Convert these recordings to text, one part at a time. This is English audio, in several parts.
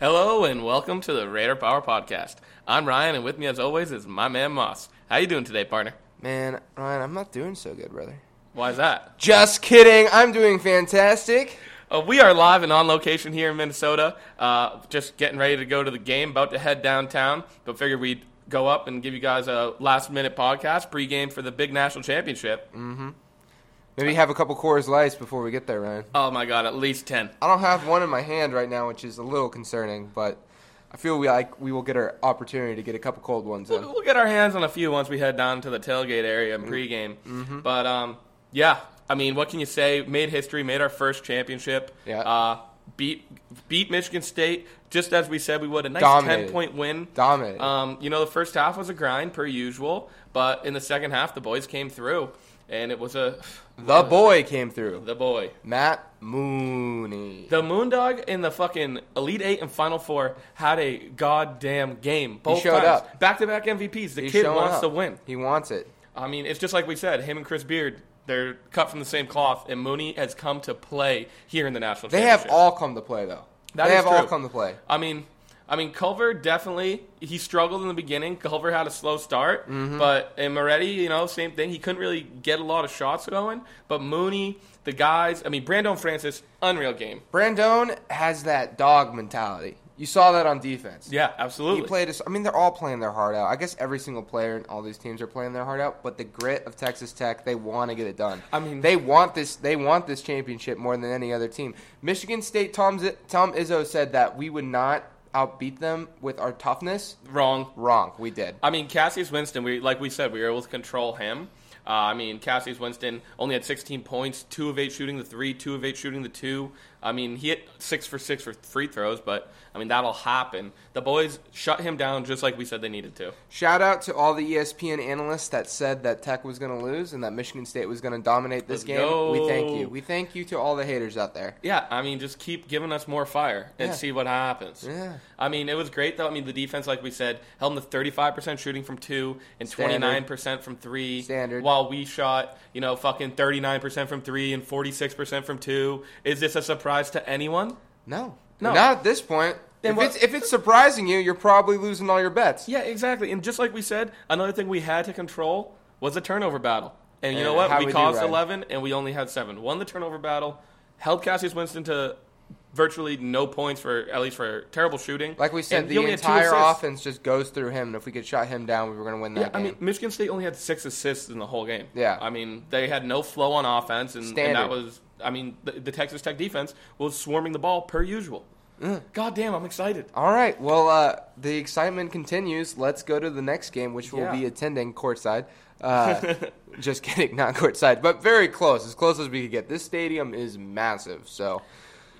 Hello and welcome to the Radar Power Podcast. I'm Ryan, and with me, as always, is my man Moss. How you doing today, partner? Man, Ryan, I'm not doing so good, brother. Why is that? Just kidding. I'm doing fantastic. Uh, we are live and on location here in Minnesota. Uh, just getting ready to go to the game, about to head downtown, but figured we'd go up and give you guys a last minute podcast pregame for the big national championship. Maybe have a couple Coors Lights before we get there, Ryan. Oh my god, at least ten. I don't have one in my hand right now, which is a little concerning, but I feel we like we will get our opportunity to get a couple cold ones in. We'll, we'll get our hands on a few once we head down to the tailgate area Mm. in pregame. Mm-hmm. But um, yeah, I mean, what can you say? Made history, made our first championship. Yeah. Uh, beat beat Michigan State just as we said we would. A nice Dominated. ten point win. Dominated. Um, you know, the first half was a grind per usual, but in the second half, the boys came through, and it was a the boy came through. the boy. Matt Mooney. The Moondog in the fucking Elite Eight and Final Four had a goddamn game. Both showed up. Back to back MVPs. The He's kid showing wants up. to win. He wants it. I mean, it's just like we said, him and Chris Beard, they're cut from the same cloth, and Mooney has come to play here in the national They have championship. all come to play, though. That they is have all true. come to play. I mean, I mean, Culver definitely he struggled in the beginning. Culver had a slow start, Mm-hmm. but and Moretti, you know, same thing. He couldn't really get a lot of shots going. But Mooney, the guys, I mean, Brandon Francis, unreal game. Brandon has that dog mentality. You saw that on defense. Yeah, absolutely. He played. His, I mean, they're all playing their heart out. I guess every single player in all these teams are playing their heart out. But the grit of Texas Tech, they want to get it done. I mean- they want this. They want this championship more than any other team. Michigan State. Tom Z- Tom Izzo said that we would not outbeat them with our toughness. Wrong. Wrong. We did. I mean, Cassius Winston, we like we said, we were able to control him. Uh, I mean, Cassius Winston only had 16 points, two of eight shooting the three, two of eight shooting the two. I mean, he hit six for six for free throws, but I mean that'll happen. The boys shut him down just like we said they needed to. Shout out to all the E ESPN analysts that said that Tech was going to lose and that Michigan State was going to dominate this Let's game. go. We thank you. We thank you to all the haters out there. Yeah, I mean, just keep giving us more fire and Yeah. see what happens. Yeah. I mean, it was great though. I mean, the defense, like we said, held them to 35% shooting from two and Standard. 29% from three. Standard. While we shot, you know, fucking 39% from three and 46% from two. Is this a surprise to anyone? No, No. not at this point. Then if, what- it's, if it's surprising you, you're probably losing all your bets. Yeah, exactly. And just like we said, another thing we had to control was the turnover battle. And you And know what? how We we do, caused Ryan. 11 and we only had 7. Won the turnover battle, held Cassius Winston to virtually no points for at least for terrible shooting. Like we said, And he the only had two entire assists. offense just goes through him, and if we could shut him down, we were going to win that Yeah, I game. mean, Michigan State only had six assists in the whole game. Yeah. I mean, they had no flow on offense, and, and that Standard. was, I mean, the, the Texas Tech defense was swarming the ball per usual. Mm. God damn, I'm excited. All right, well, uh, the excitement continues. Let's go to the next game, which we'll Yeah. be attending courtside. Uh, just kidding, not courtside, but very close, as close as we could get. This stadium is massive, so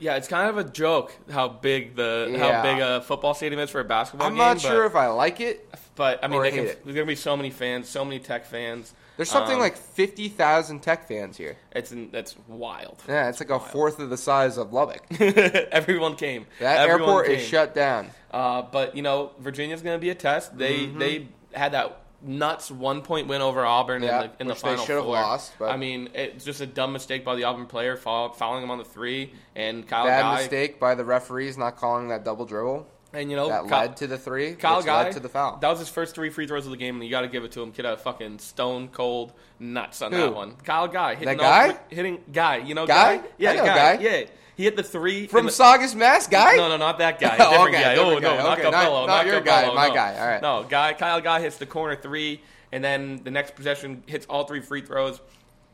Yeah, it's kind of a joke how big the how Yeah. big a football stadium is for a basketball I'm game. not but- sure if I like it. but I mean, or they hate can, it. there's gonna be so many fans, so many Tech fans. There's something Um, like 50,000 Tech fans here. it's in- that's wild. Yeah, it's like a fourth of the size of Lubbock. Everyone came. That Everyone airport is came. shut down. Uh, but you know, Virginia's going to be a test. They Mm-hmm. they had that nuts one point win over Auburn Yeah, in the in the which they final should have four. lost, but- I mean, it's just a dumb mistake by the Auburn player foul, fouling him on the three, and Kyle Bad Guy. mistake by the referees not calling that double dribble. And you know, that Ky- led to the three. Oh, Kyle which Guy led to the foul. That was his first three free throws of the game, and you got to give it to him. Kid had fucking stone cold nuts on Who? that one. Kyle Guy hitting That all guy? quick- hitting guy. You know Guy? I Yeah, know guy. Guy. Yeah, he hit the three in From the- Saugus Mass guy? No, no, not that guy. Oh, Different okay, guy. different oh no, guy. not Okay, Capello. not- not your guy, Capello, my no. guy. All right. No, guy. Kyle Guy hits the corner three, and then the next possession hits all three free throws.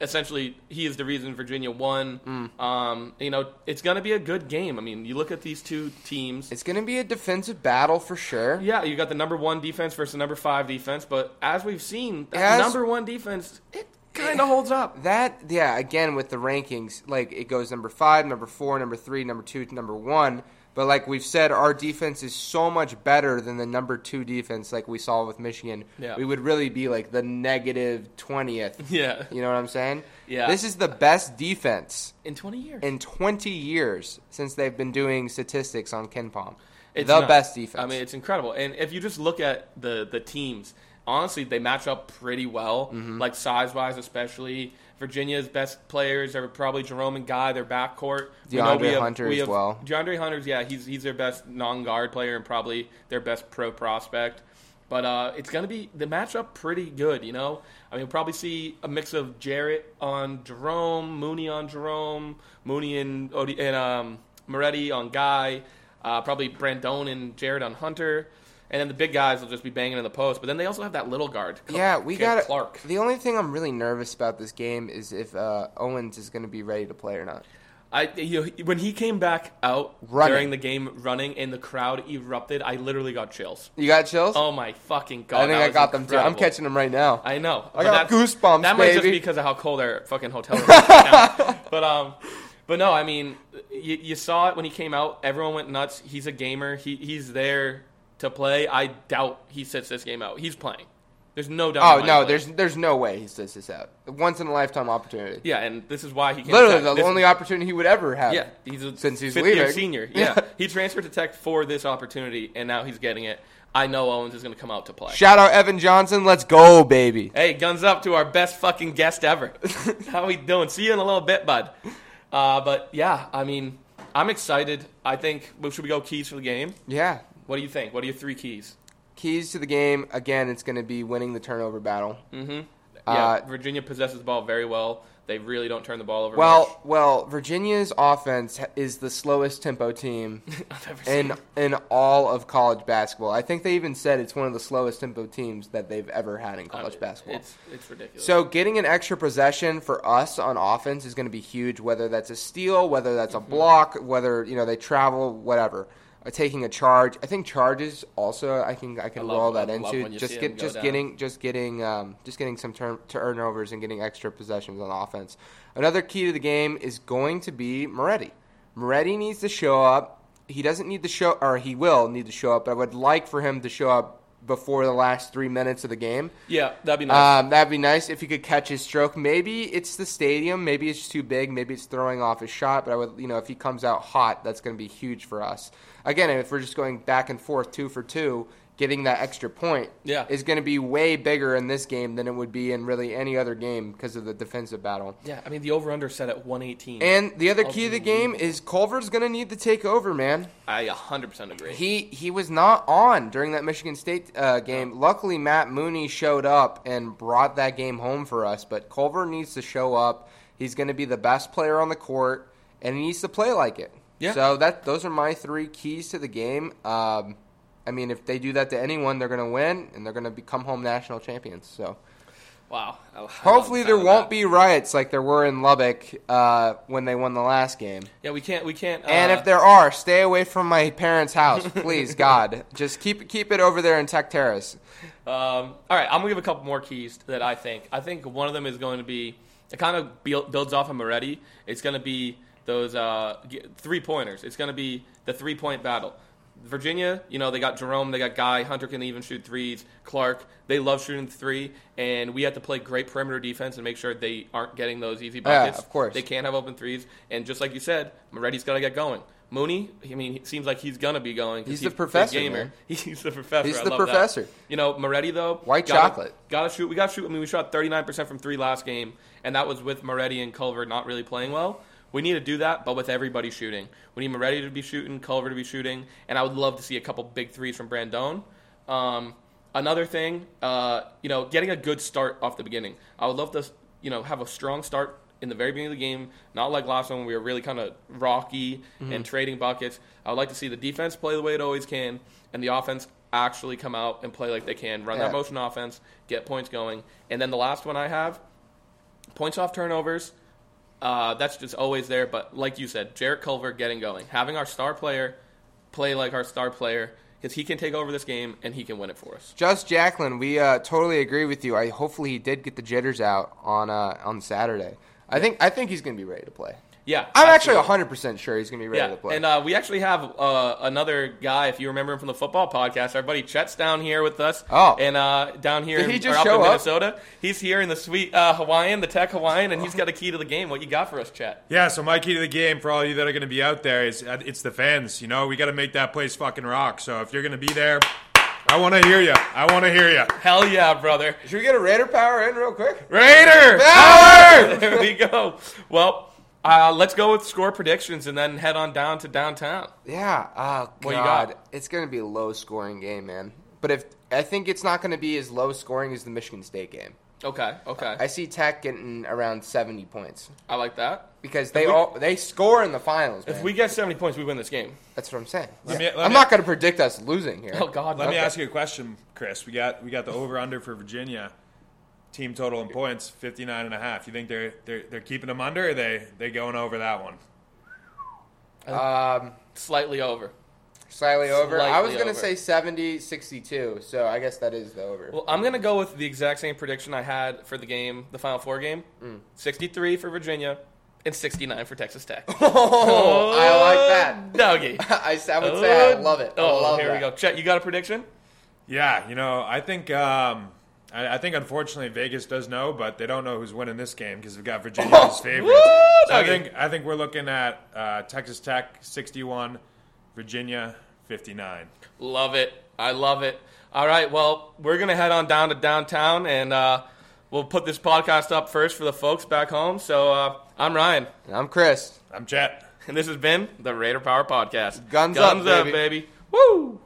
Essentially, he is the reason Virginia won. Mm. Um, you know, it's going to be a good game. I mean, you look at these two teams. It's going to be a defensive battle for sure. yeah, you got the number one defense versus the number five defense, but as we've seen, that As- number one defense it kind of holds up. That, yeah, again with the rankings, like it goes number five, number four, number three, number two, number one. But like we've said, our defense is so much better than the number two defense, like we saw with Michigan. Yeah. We would really be like the negative 20th. Yeah, You know what I'm saying? Yeah. This is the best defense in twenty years. in 20 years since they've been doing statistics on Ken Palm. It's the nuts. best defense. I mean, it's incredible. And if you just look at the the teams, honestly they match up pretty well, Mm-hmm. like size wise especially. Virginia's best players are probably Jerome and Guy, their backcourt. We know we DeAndre have- Hunter we as have- well. DeAndre Hunter's yeah, he's he's their best non guard player and probably their best pro prospect. But uh, it's gonna be the matchup pretty good, you know. I mean, we'll probably see a mix of Jarrett on Jerome, Mooney on Jerome, Mooney and Od- and um, Moretti on Guy, uh, probably Brandon and Jared on Hunter, and then the big guys will just be banging in the post. But then they also have that little guard. Cl- Yeah, we Kid got Clark. The only thing I'm really nervous about this game is if uh, Owens is going to be ready to play or not. I you know, when he came back out Running. during the game running and the crowd erupted, I literally got chills. You got chills? Oh my fucking god! I think that I was got them too. I'm incredible. catching them right now. I know. But I got that's- goosebumps, That might just baby. be because of how cold our fucking hotel room is right now. But um, but no, I mean, you, you saw it when he came out. Everyone went nuts. He's a gamer. He he's there to play. I doubt he sits this game out. He's playing. There's no doubt. in oh my no, mind. there's there's no way he sits this out. Once in a lifetime opportunity. yeah, and this is why he came Literally back. the This- only opportunity he would ever have. Yeah, he's a Since he's fifth year leaving. senior. Yeah. Yeah, he transferred to Tech for this opportunity, and now he's getting it. I know Owens is going to come out to play. Shout out Evan Johnson. Let's go, baby. Hey, guns up to our best fucking guest ever. How we doing? See you in a little bit, bud. Uh, but yeah, I mean, I'm excited. I think well, should we go keys for the game? Yeah. What do you think? What are your three keys? Keys to the game again. It's going to be winning the turnover battle. Mm-hmm. Yeah, Mm-hmm. Uh, Virginia possesses the ball very well. They really don't turn the ball over. Well, well, Virginia's offense ha- is the slowest tempo team much. I've ever seen. in in all of college basketball. I think they even said it's one of the slowest tempo teams that they've ever had Oh, in college basketball. It's it's ridiculous. So getting an extra possession for us on offense is going to be huge. Whether that's a steal, whether that's a Mm-hmm. block, whether you know they travel, whatever. Uh, taking a charge, I think charges also. I can I can I love- roll I that love into when you just see get them go just down. getting just getting um, just getting some turn, turnovers and getting extra possessions on offense. Another key to the game is going to be Moretti. Moretti needs to show up. He doesn't need to show, or he will need to show up. But I would like for him to show up before the last three minutes of the game. yeah, that'd be nice. Um, that'd be nice if he could catch his stroke. Maybe it's the stadium. Maybe it's too big. Maybe it's throwing off his shot. But I would, you know, if he comes out hot, that's going to be huge for us. Again, if we're just going back and forth, two for two, getting that extra point Yeah. is going to be way bigger in this game than it would be in really any other game because of the defensive battle. yeah, I mean the over under set at 118. And the other key to the game is Culver's going to need to take over, man. I 100 percent agree. He he was not on during that Michigan State uh, game. Luckily, Matt Mooney showed up and brought that game home for us. But Culver needs to show up. He's going to be the best player on the court, and he needs to play like it. Yeah. So that those are my three keys to the game. Um, I mean, if they do that to anyone, they're going to win, and they're going to become home national champions. So wow. I- I love hopefully, the there sound of won't that. be riots like there were in Lubbock uh, when they won the last game. Yeah, we can't. We can't. Uh, And if there are, stay away from my parents' house, please, God. Just keep keep it over there in Tech Terrace. Um, all right, I'm gonna give a couple more keys that I think. I think one of them is going to be it kind of build, builds off of Moretti. It's gonna be those uh, three pointers. It's gonna be the three point battle. Virginia, you know, they got Jerome, they got Guy, Hunter can even shoot threes. Clark, they love shooting the three, and we have to play great perimeter defense and make sure they aren't getting those easy buckets. of course. they can't have open threes. And just like you said, Moretti's got to get going. Mooney, I mean, it seems like he's gonna be going. 'cause He's the professor, gamer. man. He's the professor. He's I the love that. professor. You know, Moretti though. White gotta- chocolate. Gotta shoot. We gotta shoot. I mean, we shot 39% from three last game, and that was with Moretti and Culver not really playing well. We need to do that, but with everybody shooting. We need Moretti to be shooting, Culver to be shooting, and I would love to see a couple big threes from Brandon. Um, another thing, uh, you know, getting a good start off the beginning. I would love to, you know, have a strong start in the very beginning of the game, not like last one when we were really kind of rocky and trading buckets. I would like to see the defense play the way it always can, and the offense actually come out and play like they can, run Yeah. that motion offense, get points going. And then the last one I have points off turnovers. Uh, that's just always there. But like you said, Jarrett Culver getting going, having our star player play like our star player because he can take over this game and he can win it for us. Just Jacqueline, we uh, totally agree with you. I hopefully he did get the jitters out on uh, on Saturday. I think I think he's going to be ready to play. Yeah, I'm absolutely. actually 100 percent sure he's going to be ready Yeah, to play. and uh, we actually have uh, another guy, if you remember him from the football podcast, our buddy Chet's down here with us. Oh. and uh, down here, Did he in, just or up show in up? Minnesota, he's here in the sweet uh, Hawaiian, the Tech Hawaiian, and Oh. he's got a key to the game. What you got for us, Chet? Yeah, so my key to the game for all of you that are going to be out there is uh, it's the fans. You know, we got to make that place fucking rock. So if you're going to be there, I want to hear you. I want to hear you. Hell yeah, brother. Should we get a Raider power in real quick? Raider Power! There we go. Well, uh, let's go with score predictions and then head on down to downtown. Yeah. Oh uh, What you God, got? it's going to be a low scoring game, man. But if I think it's not going to be as low scoring as the Michigan State game. Okay, okay. I see Tech getting around seventy points I like that. because they we- all they score in the finals. If man. we get 70 points, we win this game. that's what I'm saying. Let me- let I'm me- not going to predict us losing here. Oh, God. Let me Okay. ask you a question, Chris. We got we got the over under for Virginia. Team total in points 59 and a half. You think they're they're, they're keeping them under or they they going over that one? Um, Slightly over. slightly over. I was Slightly going to over. say 70, 62, So I guess that is the over. Well, I'm going to go with the exact same prediction I had for the game, the Final Four game 63 for Virginia and 69 for Texas Tech. oh, I like that. Doggy. I, s- I would say I Oh, love it. I Oh, love here we that. go. Chet, you got a prediction? Yeah, you know, I think um, I, I think unfortunately Vegas does know, but they don't know who's winning this game because we've got Virginia as Woo, favorites. So I doggy. think I think we're looking at uh, Texas Tech 61, Virginia 59. Love it. I love it. All right. Well, we're going to head on down to downtown and uh, we'll put this podcast up first for the folks back home. So uh, I'm Ryan, And I'm Chris. I'm Chet. and this has been the Raider Power Podcast. Guns up, Guns up, baby. baby. Woo!